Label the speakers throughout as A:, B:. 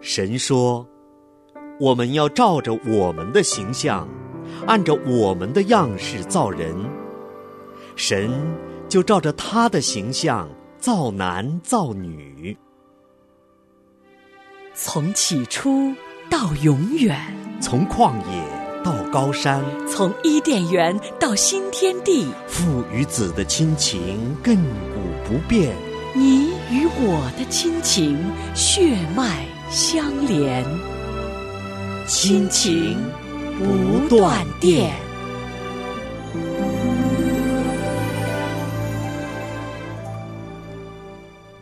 A: 神说：“我们要照着我们的形象，按照我们的样式造人。”神就照着他的形象造男造女。
B: 从起初到永远，
A: 从旷野到高山，
B: 从伊甸园到新天地，
A: 父与子的亲情亘古不变。
B: 你与我的亲情血脉相连，亲情不断电。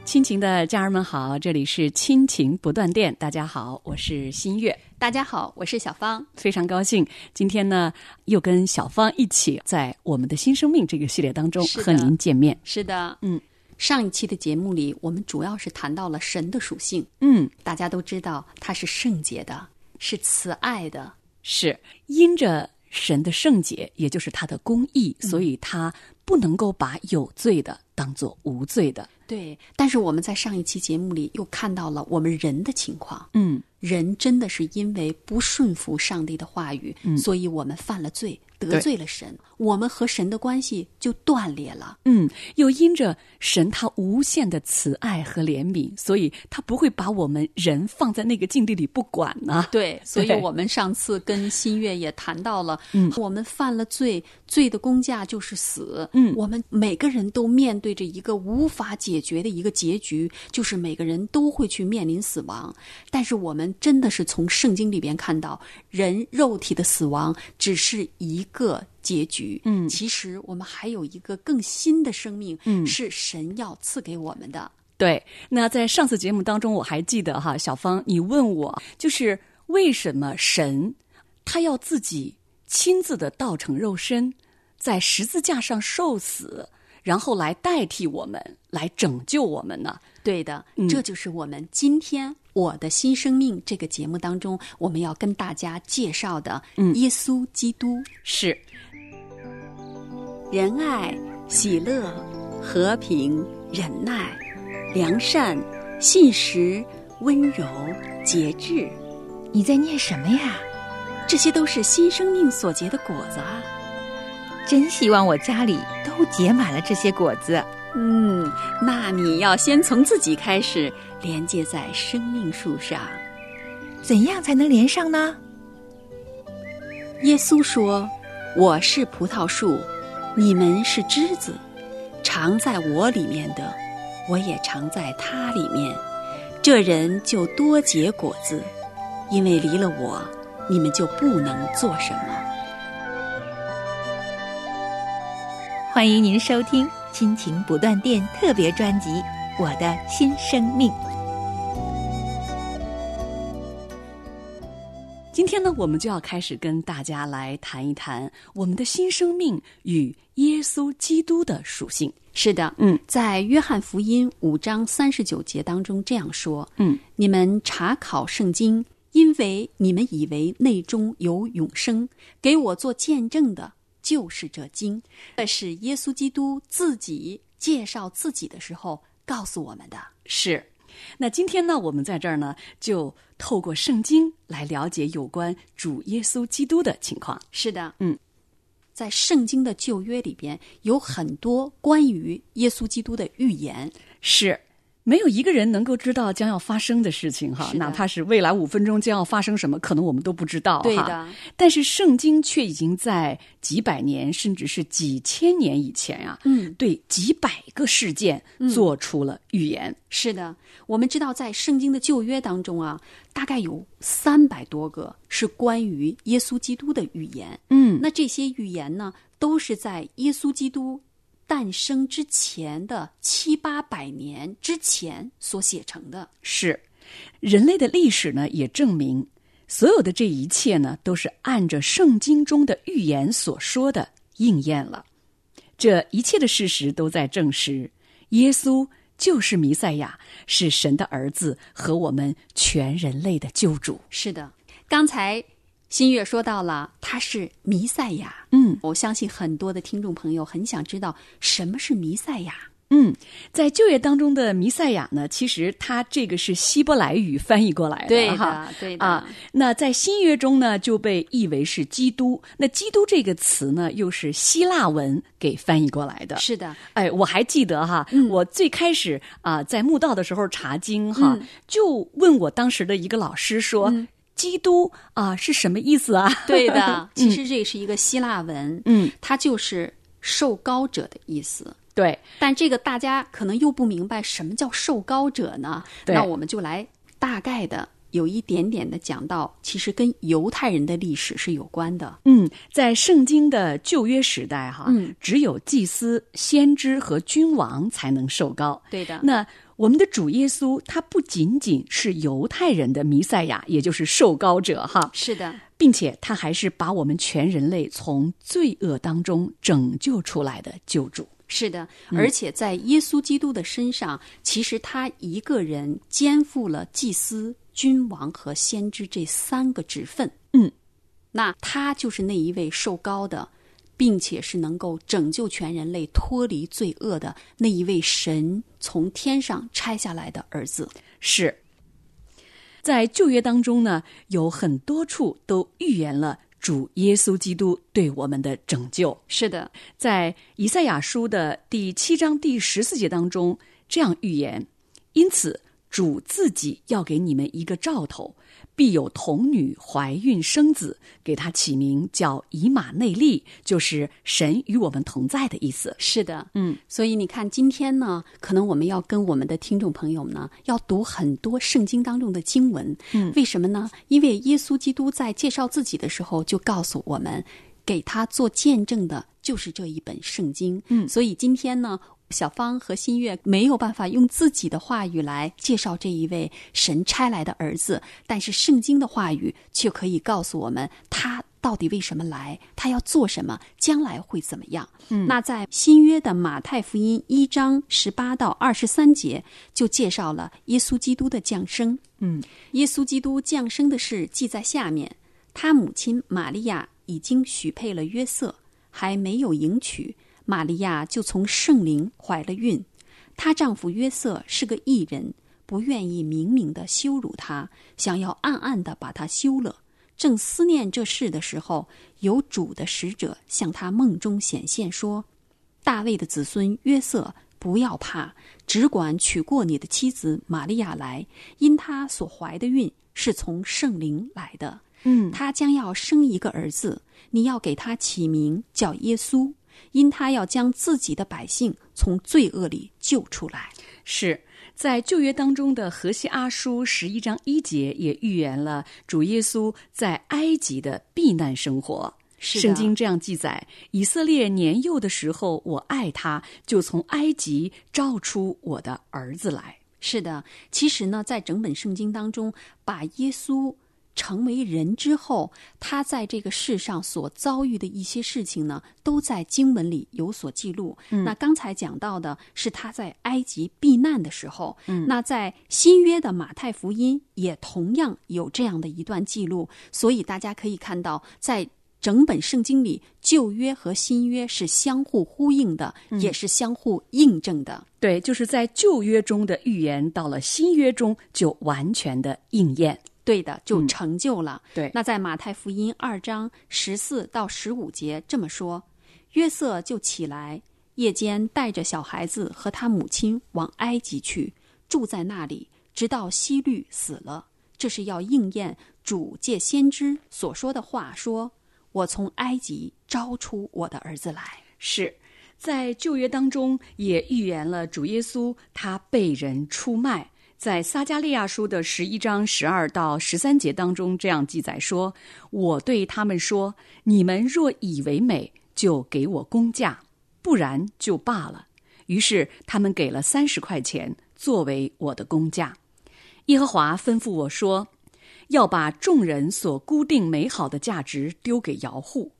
B: 亲情的家人们好，这里是亲情不断电，大家好，我是新月。
C: 大家好，我是小芳。
B: 非常高兴，今天呢又跟小芳一起在我们的新生命这个系列当中
C: 是的
B: 和您见面。
C: 是的，
B: 嗯，
C: 上一期的节目里，我们主要是谈到了神的属性。
B: 嗯，
C: 大家都知道，他是圣洁的，是慈爱的。
B: 是因着神的圣洁，也就是他的公义，
C: 嗯
B: 所以他不能够把有罪的当做无罪的。
C: 对，但是我们在上一期节目里又看到了我们人的情况。
B: 嗯，
C: 人真的是因为不顺服上帝的话语，所以我们犯了罪，得
B: 嗯对
C: 罪了神，我们和神的关系就断裂了。
B: 嗯，又因着神他无限的慈爱和怜悯，所以他不会把我们人放在那个境地里不管呢、
C: 对，所以
B: 啊对
C: 我们上次跟新月也谈到了，
B: 嗯
C: 我们犯了罪，罪的公价就是死。
B: 嗯
C: 我们每个人都面对着一个无法解决的一个结局，就是每个人都会去面临死亡。但是我们真的是从圣经里边看到，人肉体的死亡只是一个。结局，
B: 嗯
C: 其实我们还有一个更新的生命，
B: 嗯
C: 是神要赐给我们的。
B: 对，那在上次节目当中，我还记得哈，小芳，你问我就是为什么神他要自己亲自的道成肉身，在十字架上受死，然后来代替我们，来拯救我们呢？
C: 对的，
B: 嗯
C: 这就是我们今天《我的新生命》这个节目当中，我们要跟大家介绍的
B: 嗯
C: 耶稣基督，
B: 是，
C: 仁爱、喜乐、和平、忍耐、良善、信实、温柔、节制，
D: 你在念什么呀？
C: 这些都是新生命所结的果子啊。
D: 真希望我家里都结满了这些果子。
C: 嗯，那你要先从自己开始，连接在生命树上。
D: 怎样才能连上呢？
C: 耶稣说：“我是葡萄树，你们是枝子，常在我里面的，我也常在他里面。这人就多结果子，因为离了我，你们就不能做什么。
D: 欢迎您收听《亲情不断电》特别专辑《我的新生命》。
B: 今天呢，我们就要开始跟大家来谈一谈我们的新生命与耶稣基督的属性。”
C: 是的，
B: 嗯，
C: 在约翰福音五章三十九节当中这样说：“
B: 嗯，
C: 你们查考圣经，因为你们以为内中有永生。给我做见证的就是这经，这是耶稣基督自己介绍自己的时候告诉我们的。
B: 是。那今天呢，我们在这儿呢，就透过圣经来了解有关主耶稣基督的情况。
C: 是的，
B: 嗯。
C: 在圣经的旧约里边，有很多关于耶稣基督的预言。
B: 是。没有一个人能够知道将要发生的事情哈，
C: 是的
B: 哪怕是未来五分钟将要发生什么，可能我们都不知道哈。
C: 对的，
B: 但是圣经却已经在几百年甚至是几千年以前啊，
C: 嗯，
B: 对几百个事件做出了预言。
C: 是的，我们知道在圣经的旧约当中啊，大概有三百多个是关于耶稣基督的预言。
B: 嗯，
C: 那这些预言呢，都是在耶稣基督诞生之前的七八百年之前所写成的。
B: 是，人类的历史呢也证明，所有的这一切呢都是按着圣经中的预言所说的应验了。这一切的事实都在证实，耶稣就是弥赛亚，是神的儿子和我们全人类的救主。
C: 是的，刚才新月说到了，他是弥赛亚。
B: 嗯，
C: 我相信很多的听众朋友很想知道什么是弥赛亚。
B: 嗯，在旧约当中的弥赛亚呢，其实他这个是希伯来语翻译过来的，
C: 对
B: 哈。
C: 的，对的。
B: 啊，那在新约中呢，就被译为是基督。那基督这个词呢，又是希腊文给翻译过来的。
C: 是的，
B: 哎，我还记得哈，
C: 嗯
B: 我最开始啊、在慕道的时候查经哈，
C: 嗯
B: 就问我当时的一个老师说，
C: 嗯
B: 基督啊、是什么意思啊？
C: 对的。其实这是一个希腊文，
B: 嗯，
C: 它就是受高者的意思。
B: 对，
C: 但这个大家可能又不明白什么叫受高者呢？
B: 对
C: 那我们就来大概的有一点点的讲到，其实跟犹太人的历史是有关的。
B: 嗯，在圣经的旧约时代哈，
C: 嗯
B: 只有祭司、先知和君王才能受膏。
C: 对的
B: 那我们的主耶稣，他不仅仅是犹太人的弥赛亚，也就是受膏者哈，
C: 是的，
B: 并且他还是把我们全人类从罪恶当中拯救出来的救主。
C: 是的，而且在耶稣基督的身上，其实他一个人肩负了祭司、君王和先知这三个职分。
B: 嗯，
C: 那他就是那一位受高的，并且是能够拯救全人类脱离罪恶的那一位神从天上拆下来的儿子。
B: 是在旧约当中呢，有很多处都预言了主耶稣基督对我们的拯救。
C: 是的，
B: 在以赛亚书的第七章第十四节当中这样预言：因此主自己要给你们一个兆头，必有童女怀孕生子，给他起名叫以马内利，就是神与我们同在的意思。
C: 是的，
B: 嗯，
C: 所以你看，今天呢，可能我们要跟我们的听众朋友们呢，要读很多圣经当中的经文。嗯，为什么呢？因为耶稣基督在介绍自己的时候，就告诉我们，给他做见证的就是这一本圣经。嗯，所以今天呢。小芳和新月没有办法用自己的话语来介绍这一位神差来的儿子，但是圣经的话语却可以告诉我们他到底为什么来，他要做什么，将来会怎么样。那在新约的马太福音一章十八到二十三节，就介绍了耶稣基督的降生。
B: 嗯，
C: 耶稣基督降生的事记在下面：他母亲玛利亚已经许配了约瑟，还没有迎娶，玛利亚就从圣灵怀了孕。她丈夫约瑟是个异人，不愿意明明的羞辱她，想要暗暗的把她休了。正思念这事的时候，有主的使者向他梦中显现，说：“大卫的子孙约瑟，不要怕，只管娶过你的妻子玛利亚来，因她所怀的孕是从圣灵来的。
B: 嗯
C: 她将要生一个儿子，你要给他起名叫耶稣，因他要将自己的百姓从罪恶里救出来。
B: 是在旧约当中的荷西阿书十一章一节也预言了主耶稣在埃及的避难生活。
C: 是的
B: 圣经这样记载：以色列年幼的时候，我爱他，就从埃及召出我的儿子来。
C: 是的，其实呢，在整本圣经当中，把耶稣成为人之后，他在这个世上所遭遇的一些事情呢，都在经文里有所记录。那刚才讲到的是他在埃及避难的时候，那在新约的马太福音也同样有这样的一段记录，所以大家可以看到，在整本圣经里，旧约和新约是相互呼应的，也是相互印证的。
B: 对，就是在旧约中的预言，到了新约中就完全的应验。
C: 对的，就成就了。
B: 对
C: 那在马太福音二章十四到十五节这么说：约瑟就起来，夜间带着小孩子和他母亲往埃及去，住在那里，直到希律死了。这是要应验主借先知所说的话，说：“我从埃及招出我的儿子来。”
B: 是在旧约当中也预言了主耶稣他被人出卖。在撒加利亚书的十一章十二到十三节当中，这样记载说：“我对他们说，你们若以为美，就给我工价；不然就罢了。”于是他们给了三十块钱作为我的工价。耶和华吩咐我说：“要把众人所固定美好的价值丢给姚户。”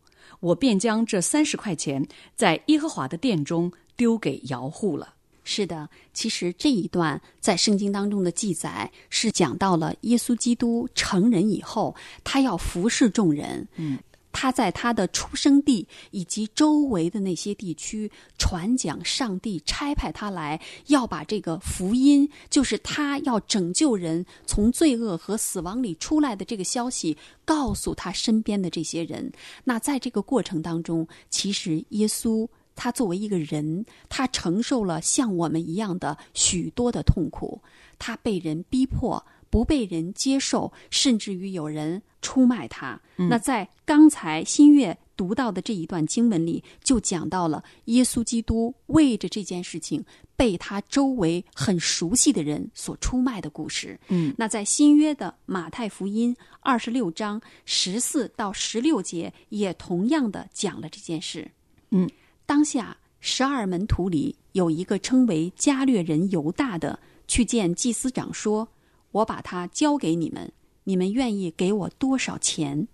B: 我便将这三十块钱在耶和华的殿中丢给姚户了。
C: 是的，其实这一段在圣经当中的记载是讲到了耶稣基督成人以后，他要服侍众人。嗯，他在他的出生地以及周围的那些地区传讲上帝差派他来，要把这个福音，就是他要拯救人从罪恶和死亡里出来的这个消息，告诉他身边的这些人。那在这个过程当中，其实耶稣。他作为一个人，他承受了像我们一样的许多的痛苦，他被人逼迫，不被人接受，甚至于有人出卖他。那在刚才新月读到的这一段经文里，就讲到了耶稣基督为着这件事情被他周围很熟悉的人所出卖的故事。
B: 嗯，
C: 那在新约的马太福音二十六章十四到十六节，也同样的讲了这件事。
B: 嗯，
C: 当下十二门徒里有一个称为加略人犹大的，去见祭司长说：“我把他交给你们，你们愿意给我多少钱？”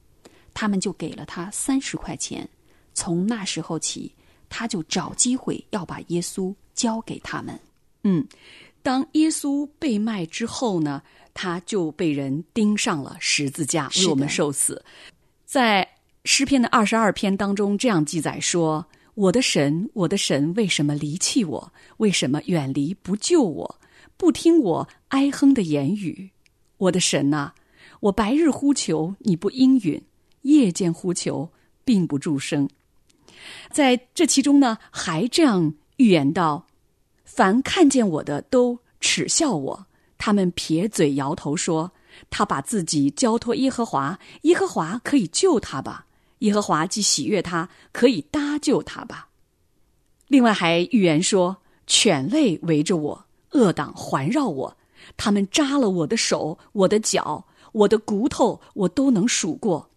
C: 他们就给了他三十块钱。从那时候起，他就找机会要把耶稣交给他们。
B: 嗯，当耶稣被卖之后呢，他就被人钉上了十字架，
C: 是
B: 为
C: 的
B: 我们受死。在诗篇的二十二篇当中，这样记载说：“我的神，我的神，为什么离弃我？为什么远离不救我？不听我哀哼的言语？我的神呐、我白日呼求，你不应允；夜间呼求，并不助声。”在这其中呢，还这样预言到凡看见我的都耻笑我，他们撇嘴摇头说：“他把自己交托耶和华，耶和华可以救他吧？耶和华既喜悦他，可以搭救他吧？”另外还预言说：“犬类围着我，恶党环绕我，他们扎了我的手、我的脚、我的骨头，我都能数过。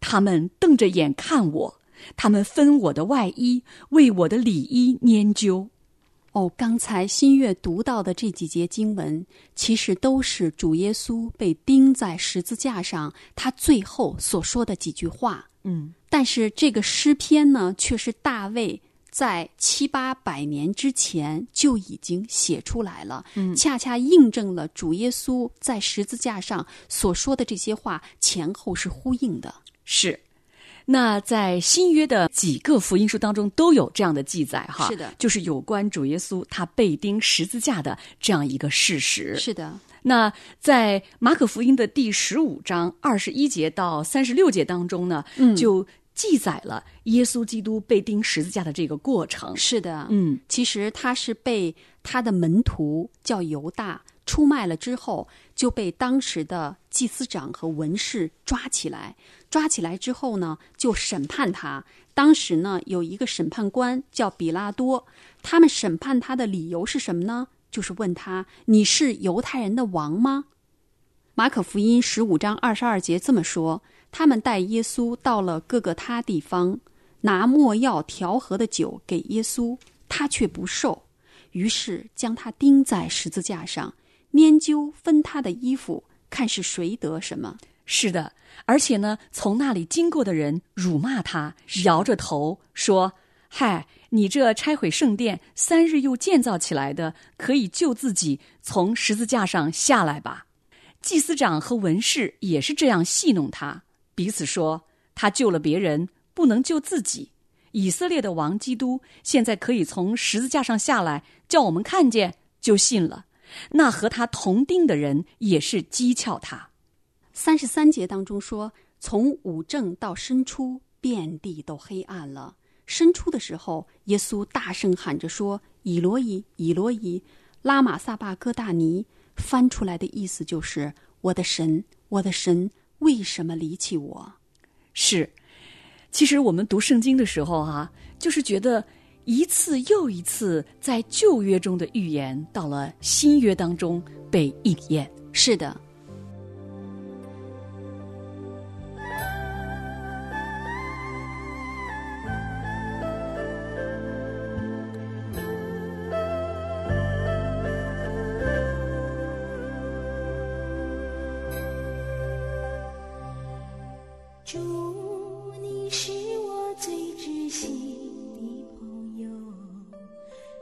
B: 他们瞪着眼看我，他们分我的外衣，为我的里衣拈阄。”
C: 哦，刚才新月读到的这几节经文，其实都是主耶稣被钉在十字架上，他最后所说的几句话。
B: 嗯，
C: 但是这个诗篇呢，却是大卫在七八百年之前就已经写出来了，恰恰印证了主耶稣在十字架上所说的这些话前后是呼应的。
B: 是。那在新约的几个福音书当中都有这样的记载哈，
C: 是的
B: 就是有关主耶稣他被钉十字架的这样一个事实。
C: 是的，
B: 那在马可福音的第十五章二十一节到三十六节当中呢，
C: 嗯
B: 就记载了耶稣基督被钉十字架的这个过程。
C: 是的，
B: 嗯
C: 其实他是被他的门徒叫犹大出卖了之后，就被当时的祭司长和文士抓起来。抓起来之后呢，就审判他。当时呢，有一个审判官叫比拉多，他们审判他的理由是什么呢？就是问他：“你是犹太人的王吗？”马可福音十五章二十二节这么说：“他们带耶稣到了各个他地方，拿没药调和的酒给耶稣，他却不受，于是将他钉在十字架上，研究分他的衣服，看是谁得什么。
B: 是的，而且呢，从那里经过的人辱骂他，摇着头说：“嗨，你这拆毁圣殿，三日又建造起来的，可以救自己从十字架上下来吧。”祭司长和文士也是这样戏弄他，彼此说：“他救了别人，不能救自己。以色列的王基督现在可以从十字架上下来，叫我们看见就信了。”那和他同钉的人也是讥诮他。
C: 三十三节当中说，从午正到申初，遍地都黑暗了。申初的时候，耶稣大声喊着说：“以罗伊，以罗伊，拉玛撒巴哥大尼。”翻出来的意思就是：“我的神，我的神，为什么离弃我
B: 是，其实我们读圣经的时候啊，就是觉得一次又一次在旧约中的预言，到了新约当中被应验。？”
C: 是的，
E: 主，你是我最知心的朋友，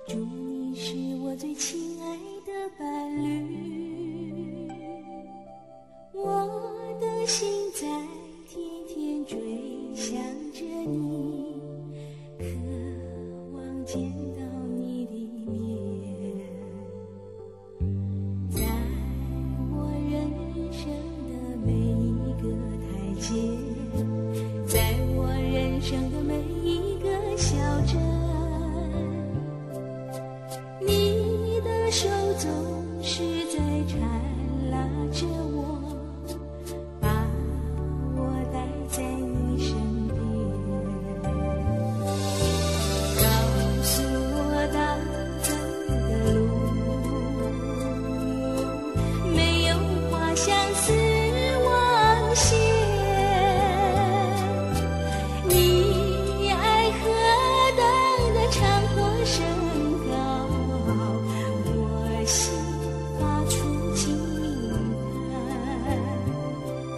E: 主，你是我最亲爱的伴侣。我的心在天天追想手总是在缠拉着我，把我带在你身边。告诉我当走的路，没有花香似望线。你爱何等的长或身高，我心发出轻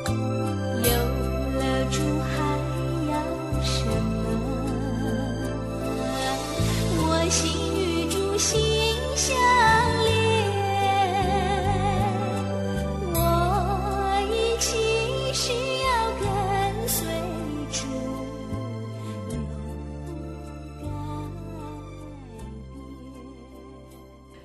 E: 叹。有了主还要什么？我心与主心相连，我一起是要跟随主。永不改变。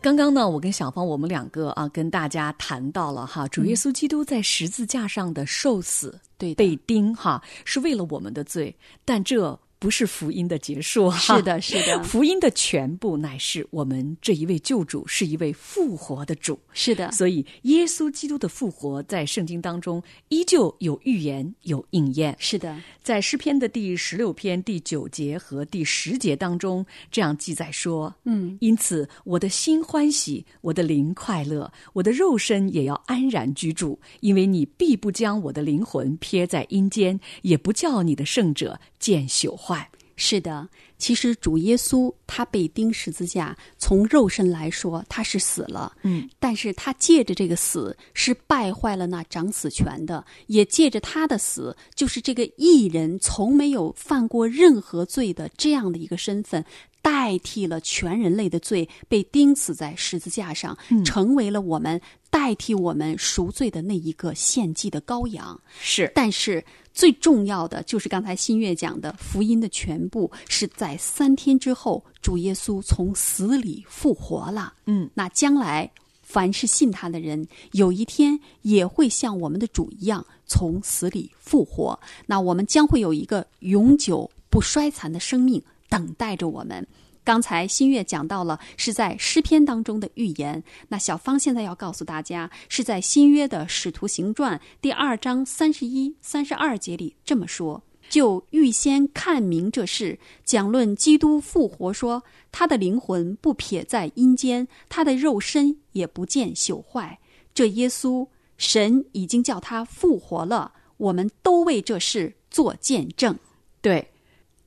B: 刚刚呢，我跟小芳我们两个啊，跟大家谈到了哈，主
C: 嗯
B: 耶稣基督在十字架上的受死，
C: 对的
B: 被钉哈，是为了我们的罪，但这不是福音的结束哈。
C: 是的是的
B: 福音的全部乃是我们这一位救主是一位复活的主，
C: 是的，
B: 所以耶稣基督的复活在圣经当中依旧有预言有应验。
C: 是的，
B: 在诗篇的第十六篇第九节和第十节当中，这样记载说：“
C: 嗯，
B: 因此我的心欢喜，我的灵快乐，我的肉身也要安然居住，因为你必不将我的灵魂撇在阴间，也不叫你的圣者见朽坏。
C: 是的。其实主耶稣他被钉十字架，从肉身来说他是死了，
B: 嗯，
C: 但是他借着这个死是败坏了那掌死权的，也借着他的死，就是这个义人从没有犯过任何罪的这样的一个身份。代替了全人类的罪，被钉死在十字架上，
B: 嗯
C: 成为了我们代替我们赎罪的那一个献祭的羔羊。”
B: 是
C: 但是最重要的就是刚才新月讲的，福音的全部是在三天之后，主耶稣从死里复活了。
B: 嗯，
C: 那将来凡是信他的人，有一天也会像我们的主一样从死里复活。那我们将会有一个永久不衰残的生命等待着我们。刚才新月讲到了是在诗篇当中的预言，那小芳现在要告诉大家是在新约的使徒行传第二章三十一、三十二节里这么说：就预先看明这事，讲论基督复活说，他的灵魂不撇在阴间，他的肉身也不见朽坏。这耶稣，神已经叫他复活了，我们都为这事做见证。
B: 对，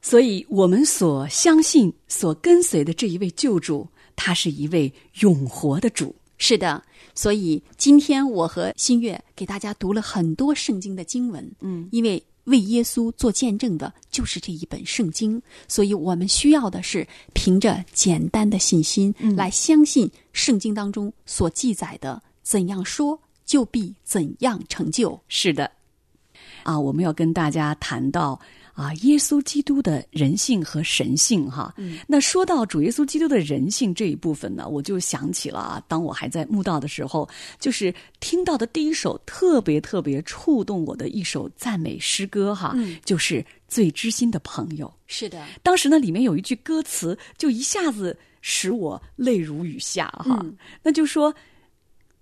B: 所以我们所相信、所跟随的这一位救主，他是一位永活的主。
C: 是的，所以今天我和新月给大家读了很多圣经的经文，嗯，因为为耶稣做见证的就是这一本圣经，所以我们需要的是凭着简单的信心来相信圣经当中所记载的怎样说就必怎样成就。
B: 是的，啊，我们要跟大家谈到啊，耶稣基督的人性和神性哈。那说到主耶稣基督的人性这一部分呢，我就想起了啊，当我还在慕道的时候，就是听到的第一首特别特别触动我的一首赞美诗歌哈，就是《最知心的朋友》。
C: 是的，
B: 当时呢，里面有一句歌词，就一下子使我泪如雨下哈。那就说，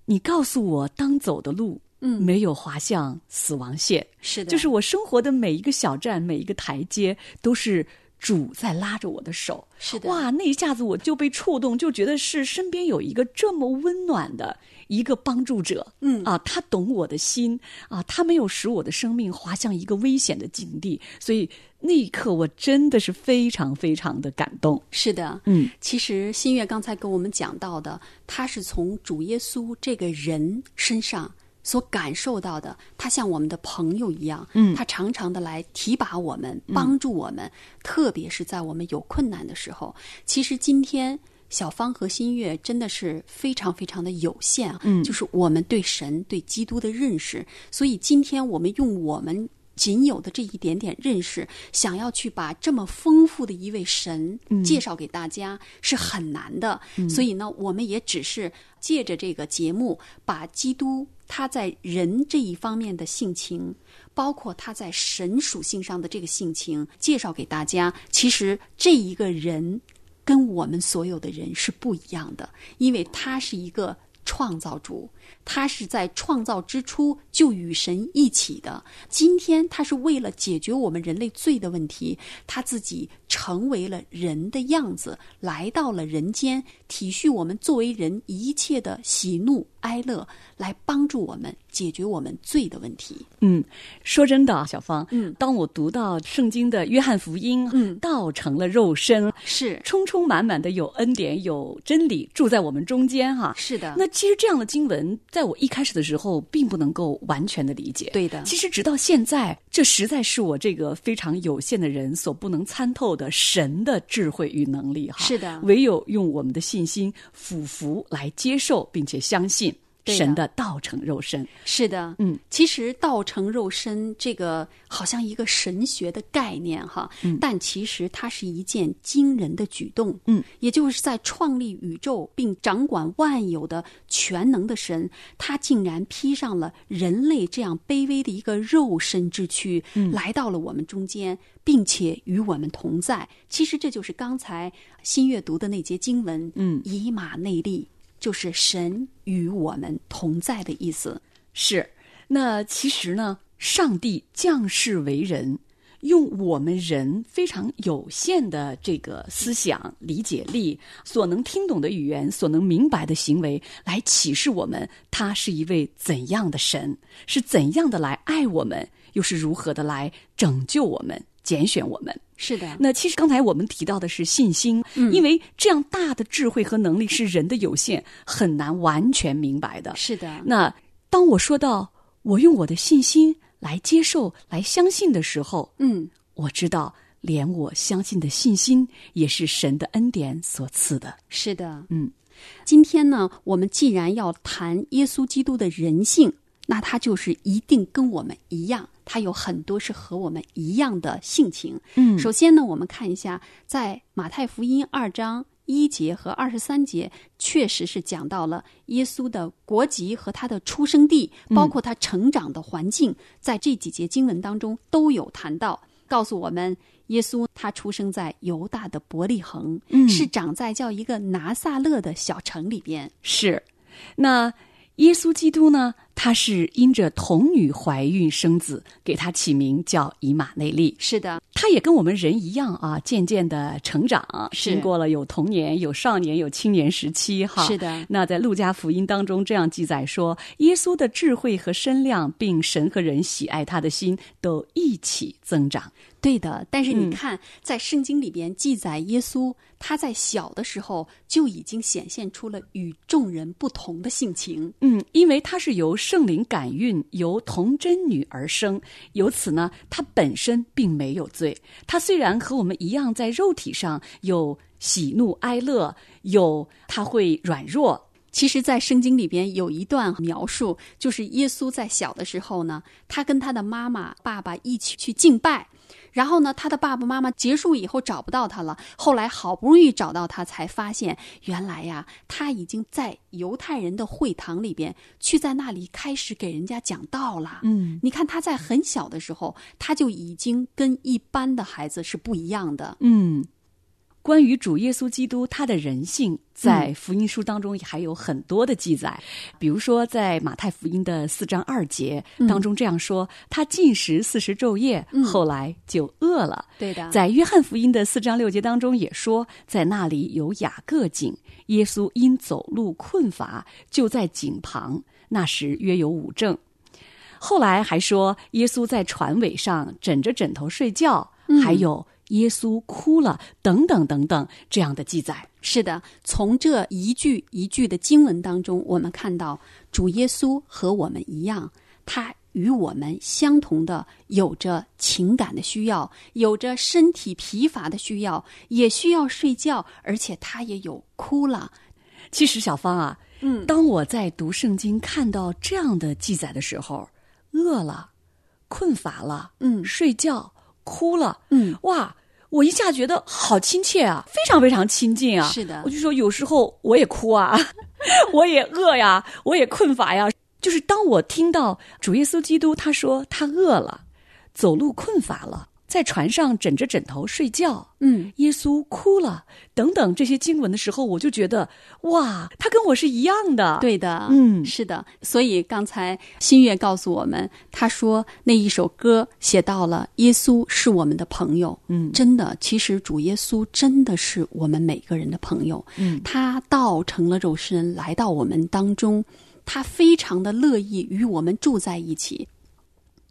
B: 你告诉我当走的路，
C: 嗯
B: 没有滑向死亡线，
C: 是的，
B: 就是我生活的每一个小站、每一个台阶，都是主在拉着我的手。
C: 是的，
B: 哇，那一下子我就被触动，就觉得是身边有一个这么温暖的一个帮助者，
C: 嗯
B: 啊，他懂我的心啊，他没有使我的生命滑向一个危险的境地，所以那一刻我真的是非常非常的感动。
C: 是的，
B: 嗯，
C: 其实新月刚才跟我们讲到的，他是从主耶稣这个人身上所感受到的，他像我们的朋友一样，嗯，他嗯常常的来提拔我们，帮助我们，特别是在我们有困难的时候。其实今天。小芳和新月真的是非常非常的有限啊，嗯，就是我们对神、对基督的认识，所以今天我们用我们仅有的这一点点认识，想要去把这么丰富的一位神介绍给大家、是很难的。所以呢，我们也只是借着这个节目，把基督他在人这一方面的性情，包括他在神属性上的这个性情介绍给大家。其实这一个人。跟我们所有的人是不一样的，因为他是一个创造主，他是在创造之初就与神一起的。今天他是为了解决我们人类罪的问题，他自己成为了人的样子，来到了人间，体恤我们作为人一切的喜怒哀乐，来帮助我们解决我们罪的问题。
B: 嗯，说真的啊，小芳，
C: 嗯
B: 当我读到圣经的约翰福音，
C: 嗯
B: 道成了肉身，
C: 是
B: 充充满满的有恩典，有真理住在我们中间哈、
C: 是啊的，
B: 那其实这样的经文，在我一开始的时候，并不能够完全的理解。
C: 对的
B: 其实直到现在，这实在是我这个非常有限的人所不能参透的神的智慧与能力哈。
C: 是的
B: 唯有用我们的信心俯伏来接受，并且相信
C: 对的
B: 神的道成肉身。
C: 是的，
B: 嗯，
C: 其实道成肉身这个好像一个神学的概念哈，但其实它是一件惊人的举动，
B: 嗯，
C: 也就是在创立宇宙并掌管万有的全能的神，他竟然披上了人类这样卑微的一个肉身之躯，
B: 嗯
C: 来到了我们中间，并且与我们同在。其实这就是刚才新阅读的那节经文，
B: 嗯
C: 以马内利。就是神与我们同在的意思。
B: 是，那其实呢，上帝降世为人，用我们人非常有限的这个思想理解力、所能听懂的语言、所能明白的行为，来启示我们他是一位怎样的神，是怎样的来爱我们，又是如何的来拯救我们、拣选我们。
C: 是的，
B: 那其实刚才我们提到的是信心，因为这样大的智慧和能力是人的有限，很难完全明白的。
C: 是的，
B: 那当我说到我用我的信心来接受、来相信的时候，
C: 嗯，
B: 我知道连我相信的信心也是神的恩典所赐的。
C: 是的，
B: 嗯。
C: 今天呢，我们既然要谈耶稣基督的人性，那他就是一定跟我们一样，他有很多是和我们一样的性情。
B: 嗯
C: 首先呢，我们看一下，在马太福音二章一节和二十三节，确实是讲到了耶稣的国籍和他的出生地，包括他成长的环境，在这几节经文当中都有谈到，告诉我们。耶稣他出生在犹大的伯利恒，
B: 嗯
C: 是长在叫一个拿撒勒的小城里边。
B: 是，那耶稣基督呢？他是因着童女怀孕生子，给他起名叫以马内利。
C: 是的，
B: 他也跟我们人一样啊，渐渐的成长，
C: 是
B: 经过了有童年、有少年、有青年时期，哈，
C: 是的
B: 那在路加福音当中这样记载说，耶稣的智慧和身量，并神和人喜爱他的心都一起增长。
C: 对的。但是你
B: 嗯
C: 看，在圣经里边记载，耶稣他在小的时候就已经显现出了与众人不同的性情。
B: 嗯，因为他是由圣灵感孕，由童贞女而生，由此呢，他本身并没有罪。他虽然和我们一样在肉体上有喜怒哀乐，有他会软弱，
C: 其实，在圣经里边有一段描述，就是耶稣在小的时候呢，他跟他的妈妈、爸爸一起去敬拜，然后呢，他的爸爸妈妈结束以后找不到他了，后来好不容易找到他，才发现原来呀，他已经在犹太人的会堂里边去，在那里开始给人家讲道了。
B: 嗯，
C: 你看他在很小的时候，他就已经跟一般的孩子是不一样的。
B: 嗯，关于主耶稣基督他的人性，在福音书当中也还有很多的记载，比如说在马太福音的四章二节当中这样说：“他禁食四十昼夜，
C: 嗯
B: 后来就饿了。
C: 对的
B: 在约翰福音的四章六节当中也说，在那里有雅各井，耶稣因走路困乏，就在井旁。那时约有五正。后来还说，耶稣在船尾上枕着枕头睡觉，还有耶稣哭了等等等等这样的记载。
C: 是的，从这一句一句的经文当中，我们看到主耶稣和我们一样，他与我们相同的有着情感的需要，有着身体疲乏的需要，也需要睡觉，而且他也有哭了。
B: 其实小芳啊，
C: 嗯，
B: 当我在读圣经看到这样的记载的时候，饿了，困乏了，
C: 嗯
B: 睡觉，哭了，
C: 嗯，
B: 哇，我一下觉得好亲切啊，非常非常亲近啊。
C: 是的
B: 我就说有时候我也哭啊， 我也饿呀，我也困乏呀。就是当我听到主耶稣基督他说他饿了，走路困乏了，在船上枕着枕头睡觉，
C: 嗯，
B: 耶稣哭了等等这些经文的时候，我就觉得哇，他跟我是一样的。，
C: 对的，
B: 嗯
C: 是的。所以刚才新月告诉我们，他说那一首歌写到了耶稣是我们的朋友，
B: 嗯
C: 真的，其实主耶稣真的是我们每个人的朋友，
B: 嗯
C: 他道成了肉身来到我们当中，他非常的乐意与我们住在一起。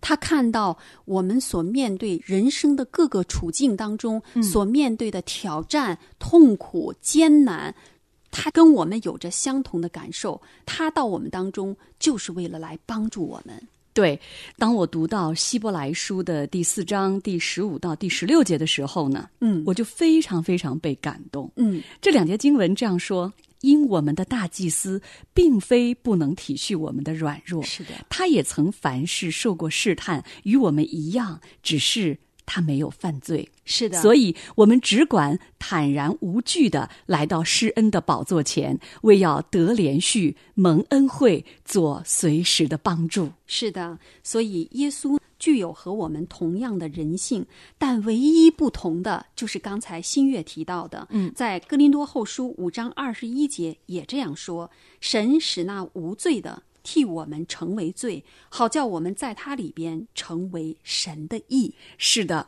C: 他看到我们所面对人生的各个处境当中、
B: 嗯
C: 所面对的挑战、痛苦、艰难，他跟我们有着相同的感受。他到我们当中就是为了来帮助我们。
B: 对。当我读到希伯来书的第四章第十五到第十六节的时候呢，
C: 嗯
B: 我就非常非常被感动。
C: 嗯
B: 这两节经文这样说：因我们的大祭司并非不能体恤我们的软弱，
C: 是的
B: 他也曾凡事受过试探，与我们一样，只是他没有犯罪。
C: 是的，
B: 所
C: 以
B: 以，我们只管坦然无惧的来到施恩的宝座前，为要得连续蒙恩惠，做随时的帮助。
C: 是的，所以耶稣具有和我们同样的人性，但唯一不同的就是刚才新月提到的，
B: 嗯
C: 在哥林多后书五章二十一节也这样说：神使那无罪的替我们成为罪，好叫我们在他里边成为神的义。
B: 是的，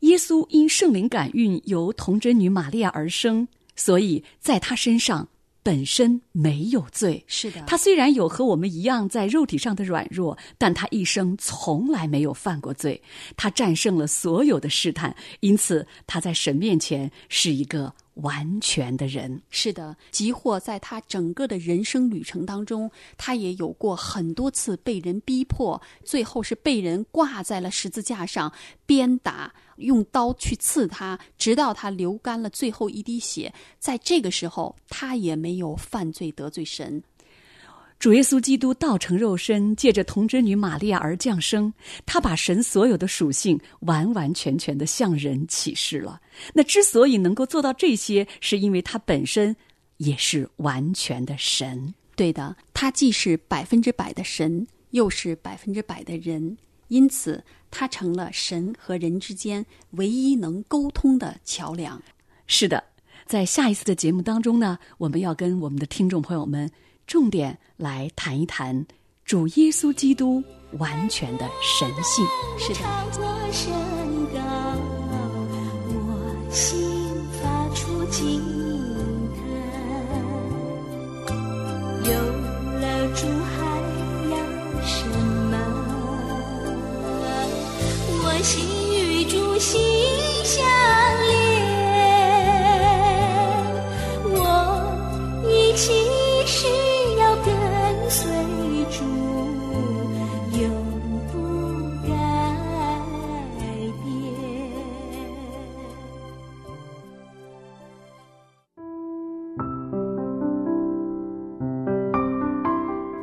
B: 耶稣因圣灵感孕由童贞女玛利亚而生，所以在他身上本身没有罪。
C: 是的
B: 他虽然有和我们一样在肉体上的软弱，但他一生从来没有犯过罪。他战胜了所有的试探，因此他在神面前是一个完全的人。
C: 是的，即或在他整个的人生旅程当中，他也有过很多次被人逼迫，最后是被人挂在了十字架上，鞭打，用刀去刺他，直到他流干了最后一滴血。在这个时候，他也没有犯罪得罪神。
B: 主耶稣基督道成肉身，借着童贞女玛利亚而降生，他把神所有的属性完完全全的向人启示了。那之所以能够做到这些，是因为他本身也是完全的神。
C: 对的，他既是百分之百的神，又是百分之百的人，因此他成了神和人之间唯一能沟通的桥梁。
B: 是的，在下一次的节目当中呢，我们要跟我们的听众朋友们重点来谈一谈主耶稣基督完全的神性。
C: 是的。
E: 超过山高，我心发出惊叹。有了主，还要什么？我心与主心相连，我一心是要跟随主，永不改变。